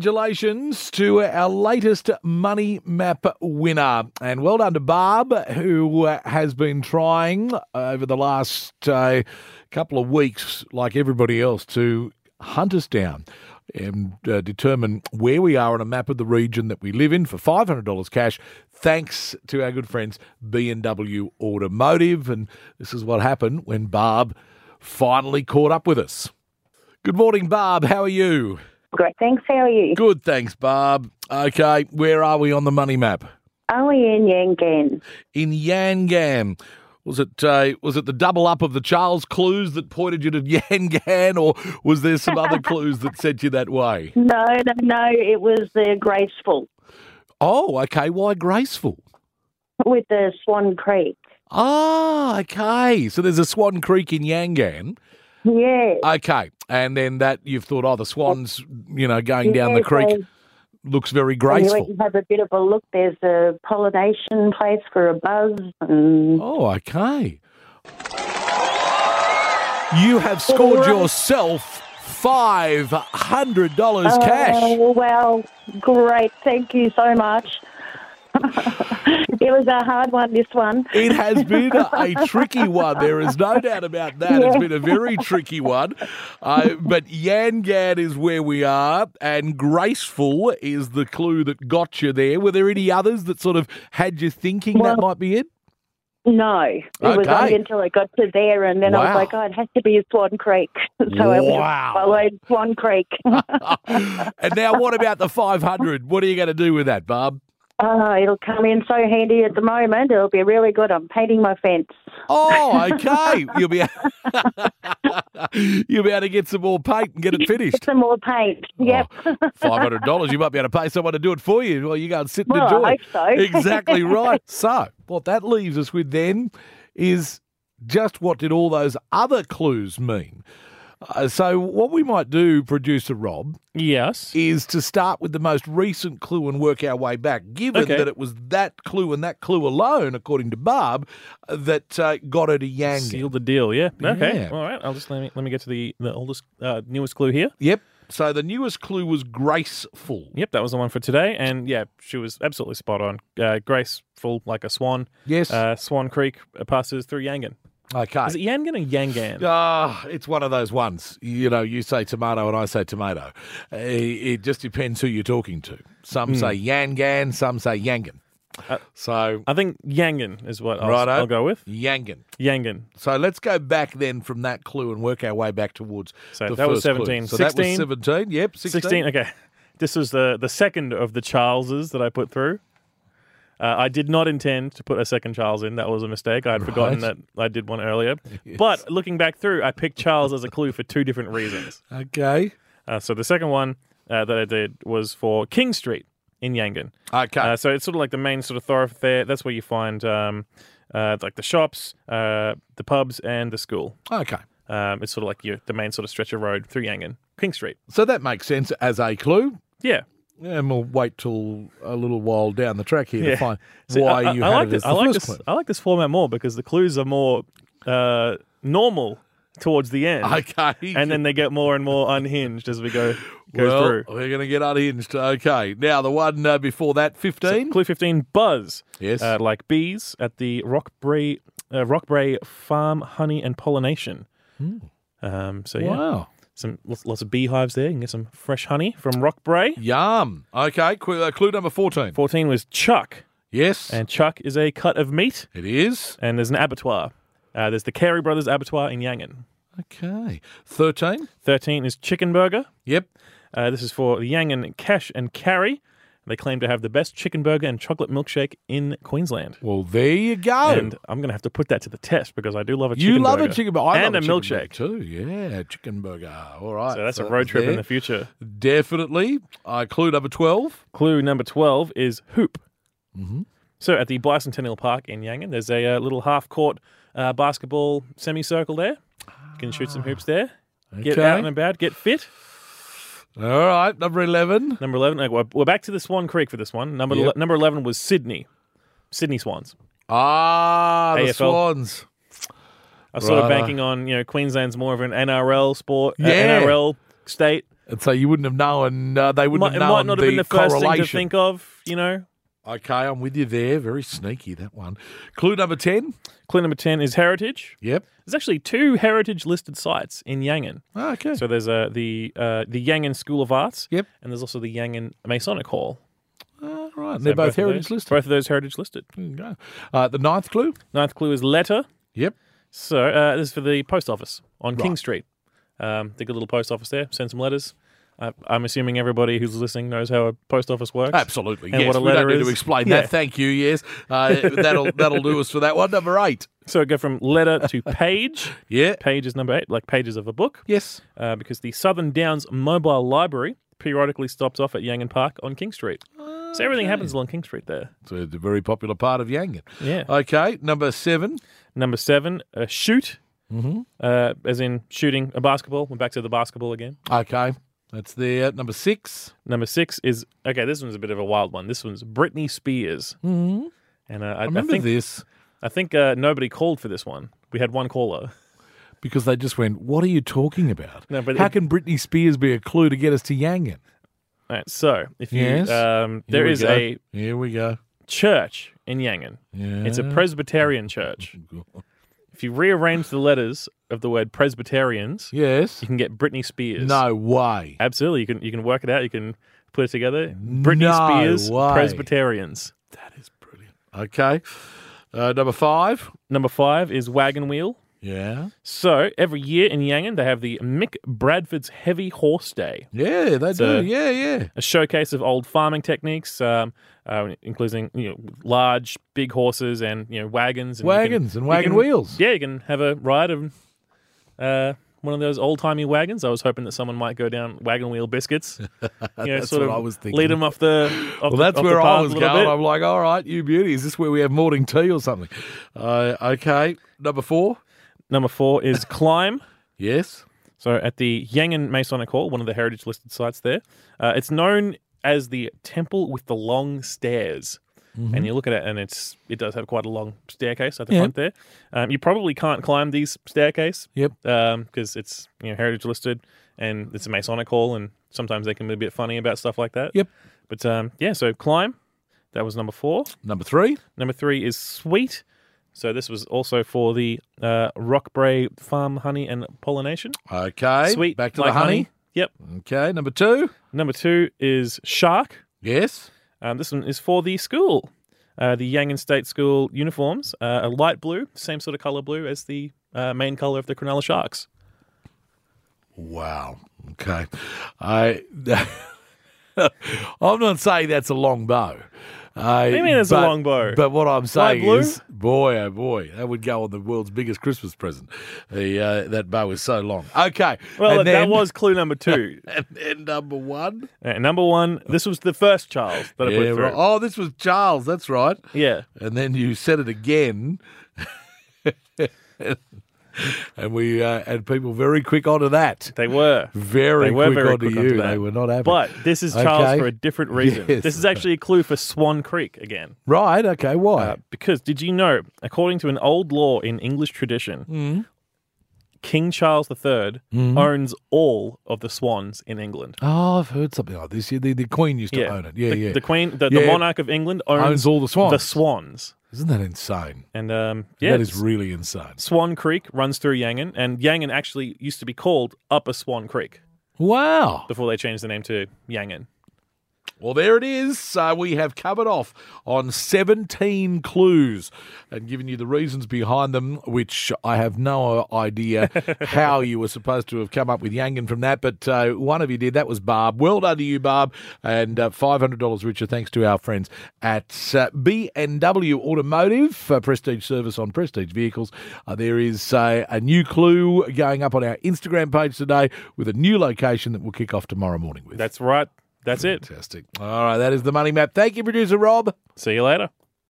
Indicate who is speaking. Speaker 1: Congratulations to our latest Money Map winner. And well done to Barb, who uh, has been trying over the last uh, couple of weeks, like everybody else, to hunt us down and uh, determine where we are on a map of the region that we live in for $500 cash thanks to our good friends B&W Automotive and this is what happened when Barb finally caught up with us. Good morning Barb, how are you?
Speaker 2: Great. Thanks. How are you?
Speaker 1: Good, thanks, Barb. Okay, where are we on the money map?
Speaker 2: Are we in Yangan?
Speaker 1: In Yangan. Was it uh, was it the double up of the Charles clues that pointed you to Yangan, or was there some other clues that sent you that way?
Speaker 2: No, no, no. It was the graceful
Speaker 1: Oh, okay. Why graceful?
Speaker 2: with the Swan Creek.
Speaker 1: Ah, okay. So there's a Swan Creek in Yangan.
Speaker 2: Yeah.
Speaker 1: Okay, and then that you've thought, oh, the swans, you know, going down the
Speaker 2: Yeah,
Speaker 1: creek
Speaker 2: so
Speaker 1: looks very
Speaker 2: when You
Speaker 1: graceful.
Speaker 2: went and have a bit of a look. There's a pollination place for a buzz. And
Speaker 1: Oh, okay. You have scored yourself five hundred dollars cash.
Speaker 2: Oh, well, great. Thank you so much. it was a hard one, this one.
Speaker 1: It has been a tricky one. There is no doubt about that. It's been a very tricky one. Uh, but Yangan is where we are, and graceful is the clue that got you there. Were there any others that sort of had you thinking
Speaker 2: Well-
Speaker 1: that might be it?
Speaker 2: No, it was
Speaker 1: Okay.
Speaker 2: only until I got to there, and then I
Speaker 1: Wow.
Speaker 2: was like, oh, it has to be Swan Creek. so I was
Speaker 1: Wow.
Speaker 2: followed Swan Creek.
Speaker 1: and now, what about the five hundred? What are you going to do with that, Barb?
Speaker 2: Oh, it'll come in so handy at the moment. It'll be really good. I'm painting my fence.
Speaker 1: Oh, okay. You'll be you'll be able to get some more paint and get it finished.
Speaker 2: Some more paint.
Speaker 1: Oh,
Speaker 2: Yep.
Speaker 1: Five hundred dollars. You might be able to pay someone to do it for you. Well, you go and sit and
Speaker 2: Well,
Speaker 1: enjoy.
Speaker 2: I hope so.
Speaker 1: exactly right. So, what that leaves us with then is just what did all those other clues mean? Uh, so, what we might do, producer Rob,
Speaker 3: Yes.
Speaker 1: is to start with the most recent clue and work our way back, given
Speaker 3: Okay.
Speaker 1: that it was that clue and that clue alone, according to Barb, that uh, got her to Yang.
Speaker 3: Seal the deal, yeah. Okay.
Speaker 1: Yeah.
Speaker 3: All right. I'll just let me let me get to the the oldest uh, newest clue here.
Speaker 1: Yep. So the newest clue was graceful.
Speaker 3: Yep, that was the one for today, and yeah, she was absolutely spot on. Uh, graceful like a swan.
Speaker 1: Yes.
Speaker 3: Uh, swan Creek passes through Yangan.
Speaker 1: okay.
Speaker 3: Is it Yangan or Yangan?
Speaker 1: Ah, it's one of those ones. You know, you say tomato and I say tomato. Uh, It just depends who you're talking to. Some say Yangan, some say Yangan.
Speaker 3: Hmm. Uh,
Speaker 1: so
Speaker 3: I think Yangan is what I'll,
Speaker 1: Righto.
Speaker 3: I'll go with.
Speaker 1: Yangan.
Speaker 3: Yangan.
Speaker 1: So let's go back then from that clue and work our way back towards
Speaker 3: So
Speaker 1: the
Speaker 3: that was
Speaker 1: first clue.
Speaker 3: 17.
Speaker 1: So that was
Speaker 3: 16.
Speaker 1: 17. Yep, 16.
Speaker 3: 16. Okay. This was the, the second of the Charleses that I put through. Uh, I did not intend to put a second Charles in. That was a mistake. I had forgotten
Speaker 1: Right.
Speaker 3: that I did one earlier.
Speaker 1: Yes.
Speaker 3: But looking back through, I picked Charles as a clue for two different reasons.
Speaker 1: Okay.
Speaker 3: Uh, so the second one uh, that I did was for King Street in Yangon.
Speaker 1: Okay.
Speaker 3: Uh, so it's sort of like the main sort of thoroughfare. That's where you find um, uh, like the shops, uh, the pubs, and the school.
Speaker 1: okay.
Speaker 3: Um, it's sort of like your, the main sort of stretch of road through Yangon, King Street.
Speaker 1: So that makes sense as a clue.
Speaker 3: Yeah.
Speaker 1: And we'll wait till a little while down the track here to
Speaker 3: Yeah.
Speaker 1: find
Speaker 3: See,
Speaker 1: why you had
Speaker 3: like
Speaker 1: it as
Speaker 3: this,
Speaker 1: the
Speaker 3: I like
Speaker 1: first
Speaker 3: this.
Speaker 1: clue.
Speaker 3: I like this format more because the clues are more uh, normal towards the end,
Speaker 1: Okay.
Speaker 3: and then they get more and more unhinged as we go go
Speaker 1: well,
Speaker 3: through.
Speaker 1: we're going to get unhinged. Okay. Now, the one uh, before that,
Speaker 3: So
Speaker 1: 15.
Speaker 3: clue fifteen: buzz.
Speaker 1: yes.
Speaker 3: uh, like bees at the Rockbray uh, Rockbray Farm Honey and Pollination.
Speaker 1: Hmm.
Speaker 3: Um, so yeah,
Speaker 1: Wow.
Speaker 3: some lots, lots of beehives there. You can get some fresh honey from Rockbray.
Speaker 1: Yum. Okay. Clue, uh, clue number 14.
Speaker 3: Fourteen was chuck,
Speaker 1: Yes.
Speaker 3: and chuck is a cut of meat,
Speaker 1: it is.
Speaker 3: and there's an abattoir. Uh, there's the Carey Brothers abattoir in Yangon.
Speaker 1: Okay. 13.
Speaker 3: Thirteen is chicken burger.
Speaker 1: Yep.
Speaker 3: Uh, this is for the Yangon Cash and Carry. They claim to have the best chicken burger and chocolate milkshake in Queensland.
Speaker 1: Well, there you go.
Speaker 3: And I'm going to have to put that to the test because I do love a chicken
Speaker 1: Oh. you love
Speaker 3: burger.
Speaker 1: a chicken burger. I
Speaker 3: and
Speaker 1: love
Speaker 3: a
Speaker 1: chicken burger
Speaker 3: milkshake.
Speaker 1: too. Yeah, chicken burger. All right.
Speaker 3: So that's a road trip in the
Speaker 1: there.
Speaker 3: future.
Speaker 1: Definitely. Uh, clue number 12.
Speaker 3: Clue number 12 is hoop.
Speaker 1: Mm-hmm.
Speaker 3: So at the Bicentennial Park in Yangon, there's a uh, little half court uh, basketball semicircle there. You can shoot some hoops there. Get
Speaker 1: Ah. Okay.
Speaker 3: out and about, get fit.
Speaker 1: All right. Number 11.
Speaker 3: Number 11, like, we're- we're back to the Swan Creek for this one. Number,
Speaker 1: Yep.
Speaker 3: ele- number 11 was Sydney. Sydney Swans.
Speaker 1: Ah, the
Speaker 3: AFL.
Speaker 1: Swans.
Speaker 3: I was sort
Speaker 1: Righto.
Speaker 3: of banking on, you know, Queensland's more of an NRL sport, uh,
Speaker 1: Yeah.
Speaker 3: NRL state.
Speaker 1: And so you wouldn't have known, uh, they wouldn't
Speaker 3: Might- it
Speaker 1: have known
Speaker 3: might not have
Speaker 1: the
Speaker 3: been the first thing to
Speaker 1: correlation.
Speaker 3: think of, you know.
Speaker 1: Okay, I'm with you there. Very sneaky, that one. Clue number 10.
Speaker 3: Clue number 10 is heritage.
Speaker 1: Yep.
Speaker 3: There's actually two heritage listed sites in Yangon.
Speaker 1: Ah, okay.
Speaker 3: So there's uh, the uh, the Yangon School of Arts.
Speaker 1: Yep.
Speaker 3: And there's also the Yangon Masonic Hall.
Speaker 1: Ah, right. And
Speaker 3: So
Speaker 1: they're both,
Speaker 3: of
Speaker 1: heritage
Speaker 3: those-
Speaker 1: listed.
Speaker 3: Both of those heritage listed.
Speaker 1: There you go. Uh, the ninth clue.
Speaker 3: Ninth clue is letter.
Speaker 1: Yep.
Speaker 3: So uh, this is for the post office on King Street. Um, the good little post office there. Send some letters. I, I'm assuming everybody who's listening knows how a post office works.
Speaker 1: Absolutely.
Speaker 3: And
Speaker 1: yes.
Speaker 3: what a
Speaker 1: we don't
Speaker 3: letter
Speaker 1: need
Speaker 3: is.
Speaker 1: to explain
Speaker 3: Yeah.
Speaker 1: that. Thank you. Yes. Uh, that'll that'll do us for that one. Number eight.
Speaker 3: So go from letter to page.
Speaker 1: Yeah.
Speaker 3: Page is number eight, like pages of a book,
Speaker 1: Yes.
Speaker 3: uh, because the Southern Downs Mobile Library periodically stops off at Yangon Park on King Street. So everything happens along King Street there.
Speaker 1: It's a very popular part of Yangon.
Speaker 3: Yeah.
Speaker 1: Okay. Number seven.
Speaker 3: Number seven, uh, shoot, mm-hmm. uh, as in shooting a basketball. We're back to the basketball again.
Speaker 1: Okay. That's there. Number six.
Speaker 3: Number six is okay. This one's a bit of a wild one. This one's Britney Spears,
Speaker 1: Mm-hmm.
Speaker 3: and uh, I,
Speaker 1: I
Speaker 3: I
Speaker 1: remember
Speaker 3: think
Speaker 1: this
Speaker 3: I think uh, nobody called for this one. We had one caller.
Speaker 1: because they just went, "What are you talking about?
Speaker 3: No, but
Speaker 1: How
Speaker 3: it-
Speaker 1: can Britney Spears be a clue to get us to Yangon?"
Speaker 3: All right, so if you
Speaker 1: Yes.
Speaker 3: um,
Speaker 1: Here
Speaker 3: there
Speaker 1: we
Speaker 3: is
Speaker 1: go.
Speaker 3: a
Speaker 1: Here we go.
Speaker 3: church in Yangon.
Speaker 1: Yeah.
Speaker 3: It's a Presbyterian church. If you rearrange the letters of the word Presbyterians,
Speaker 1: yes.
Speaker 3: you can get Britney Spears.
Speaker 1: No way.
Speaker 3: absolutely. You can you can work it out. You can put it together. Britney
Speaker 1: No
Speaker 3: Spears
Speaker 1: way.
Speaker 3: Presbyterians.
Speaker 1: That is brilliant. Okay. Uh, number five.
Speaker 3: Number five is wagon wheel.
Speaker 1: Yeah.
Speaker 3: So every year in Yangon, they have the Mick Bradford's Heavy Horse Day.
Speaker 1: Yeah, they
Speaker 3: So-
Speaker 1: do. Yeah, yeah.
Speaker 3: a showcase of old farming techniques, um, uh, including you know large, big horses and you know wagons, and you can-
Speaker 1: Wagons and
Speaker 3: you
Speaker 1: wagon
Speaker 3: can-
Speaker 1: wheels.
Speaker 3: Yeah, you can have a ride of uh, one of those old timey wagons. I was hoping that someone might go down wagon wheel biscuits. You know,
Speaker 1: That's
Speaker 3: sort
Speaker 1: what
Speaker 3: of
Speaker 1: I was thinking.
Speaker 3: Lead them off the. Off
Speaker 1: Well,
Speaker 3: the-
Speaker 1: that's
Speaker 3: off the
Speaker 1: where I
Speaker 3: path
Speaker 1: was
Speaker 3: a little
Speaker 1: going.
Speaker 3: bit.
Speaker 1: I'm like, all right, you beauty. Is this where we have morning tea or something? Uh, okay. Number four.
Speaker 3: Number four is climb.
Speaker 1: Yes.
Speaker 3: So at the Yangon Masonic Hall, one of the heritage listed sites there, uh, it's known as the Temple with the Long Stairs. And you look at it, and it's it does have quite a long staircase at the
Speaker 1: Mm-hmm. Yeah.
Speaker 3: front there. Um, you probably can't climb these staircase,
Speaker 1: Yep.
Speaker 3: because it's you know heritage listed, and it's a Masonic Hall, and sometimes they can be a bit funny about stuff like that.
Speaker 1: Yep.
Speaker 3: But um, yeah, so climb. That was number four.
Speaker 1: Number three.
Speaker 3: Number three is sweet. So this was also for the uh, Rockbray Farm Honey and Pollination.
Speaker 1: Okay.
Speaker 3: Sweet.
Speaker 1: Back to
Speaker 3: like
Speaker 1: the honey.
Speaker 3: Yep.
Speaker 1: Okay. Number two.
Speaker 3: Number two is Shark.
Speaker 1: Yes.
Speaker 3: Um, this one is for the school, uh, the Yangon State School uniforms, uh, a light blue, same sort of color blue as the uh, main color of the Cronulla Sharks.
Speaker 1: Wow. Okay. I. I'm not saying that's a long bow. Uh,
Speaker 3: do you mean it's a long bow?
Speaker 1: But what I'm saying
Speaker 3: blue?
Speaker 1: is, boy, oh boy, that would go on the world's biggest Christmas present. The uh, that bow is so long. Okay.
Speaker 3: Well,
Speaker 1: and
Speaker 3: that, that
Speaker 1: then-
Speaker 3: was clue number two.
Speaker 1: And then number one.
Speaker 3: Uh, number one, this was the first Charles that I put
Speaker 1: Yeah,
Speaker 3: through.
Speaker 1: right. Oh, this was Charles. That's right.
Speaker 3: Yeah.
Speaker 1: And then you said it again. and we uh, and people very quick onto that.
Speaker 3: They were.
Speaker 1: Very
Speaker 3: They were
Speaker 1: quick
Speaker 3: very
Speaker 1: onto
Speaker 3: quick
Speaker 1: you.
Speaker 3: onto that.
Speaker 1: they were not happy.
Speaker 3: But this is Charles
Speaker 1: Okay.
Speaker 3: for a different reason.
Speaker 1: Yes.
Speaker 3: This is actually a clue for Swan Creek again.
Speaker 1: right, okay, why?
Speaker 3: Uh, because did you know, according to an old law in English tradition,
Speaker 1: Hmm.
Speaker 3: King Charles III owns all of the swans in England.
Speaker 1: oh, I've heard something like this. Yeah, the, the Queen used to own it. Yeah,
Speaker 3: the,
Speaker 1: yeah.
Speaker 3: The Queen, the,
Speaker 1: Yeah.
Speaker 3: the monarch of England, owns,
Speaker 1: Owns all the swans.
Speaker 3: The swans,
Speaker 1: Isn't that insane?
Speaker 3: and um, yeah,
Speaker 1: that is really insane.
Speaker 3: Swan Creek runs through Yangon, and Yangon actually used to be called Upper Swan Creek
Speaker 1: Wow.
Speaker 3: before they changed the name to Yangon.
Speaker 1: Well, there it is. Uh, we have covered off on 17 clues and given you the reasons behind them, which I have no idea how you were supposed to have come up with Yangan from that, but uh, one of you did. That was Barb. Well done to you, Barb. And uh, $500 richer thanks to our friends at uh, B&W Automotive, uh, Prestige Service on Prestige Vehicles. Uh, there is uh, a new clue going up on our Instagram page today with a new location that we'll kick off tomorrow morning with.
Speaker 3: That's right. That's it.
Speaker 1: Fantastic. All right, that is the money map. Thank you, producer Rob.
Speaker 3: See you later.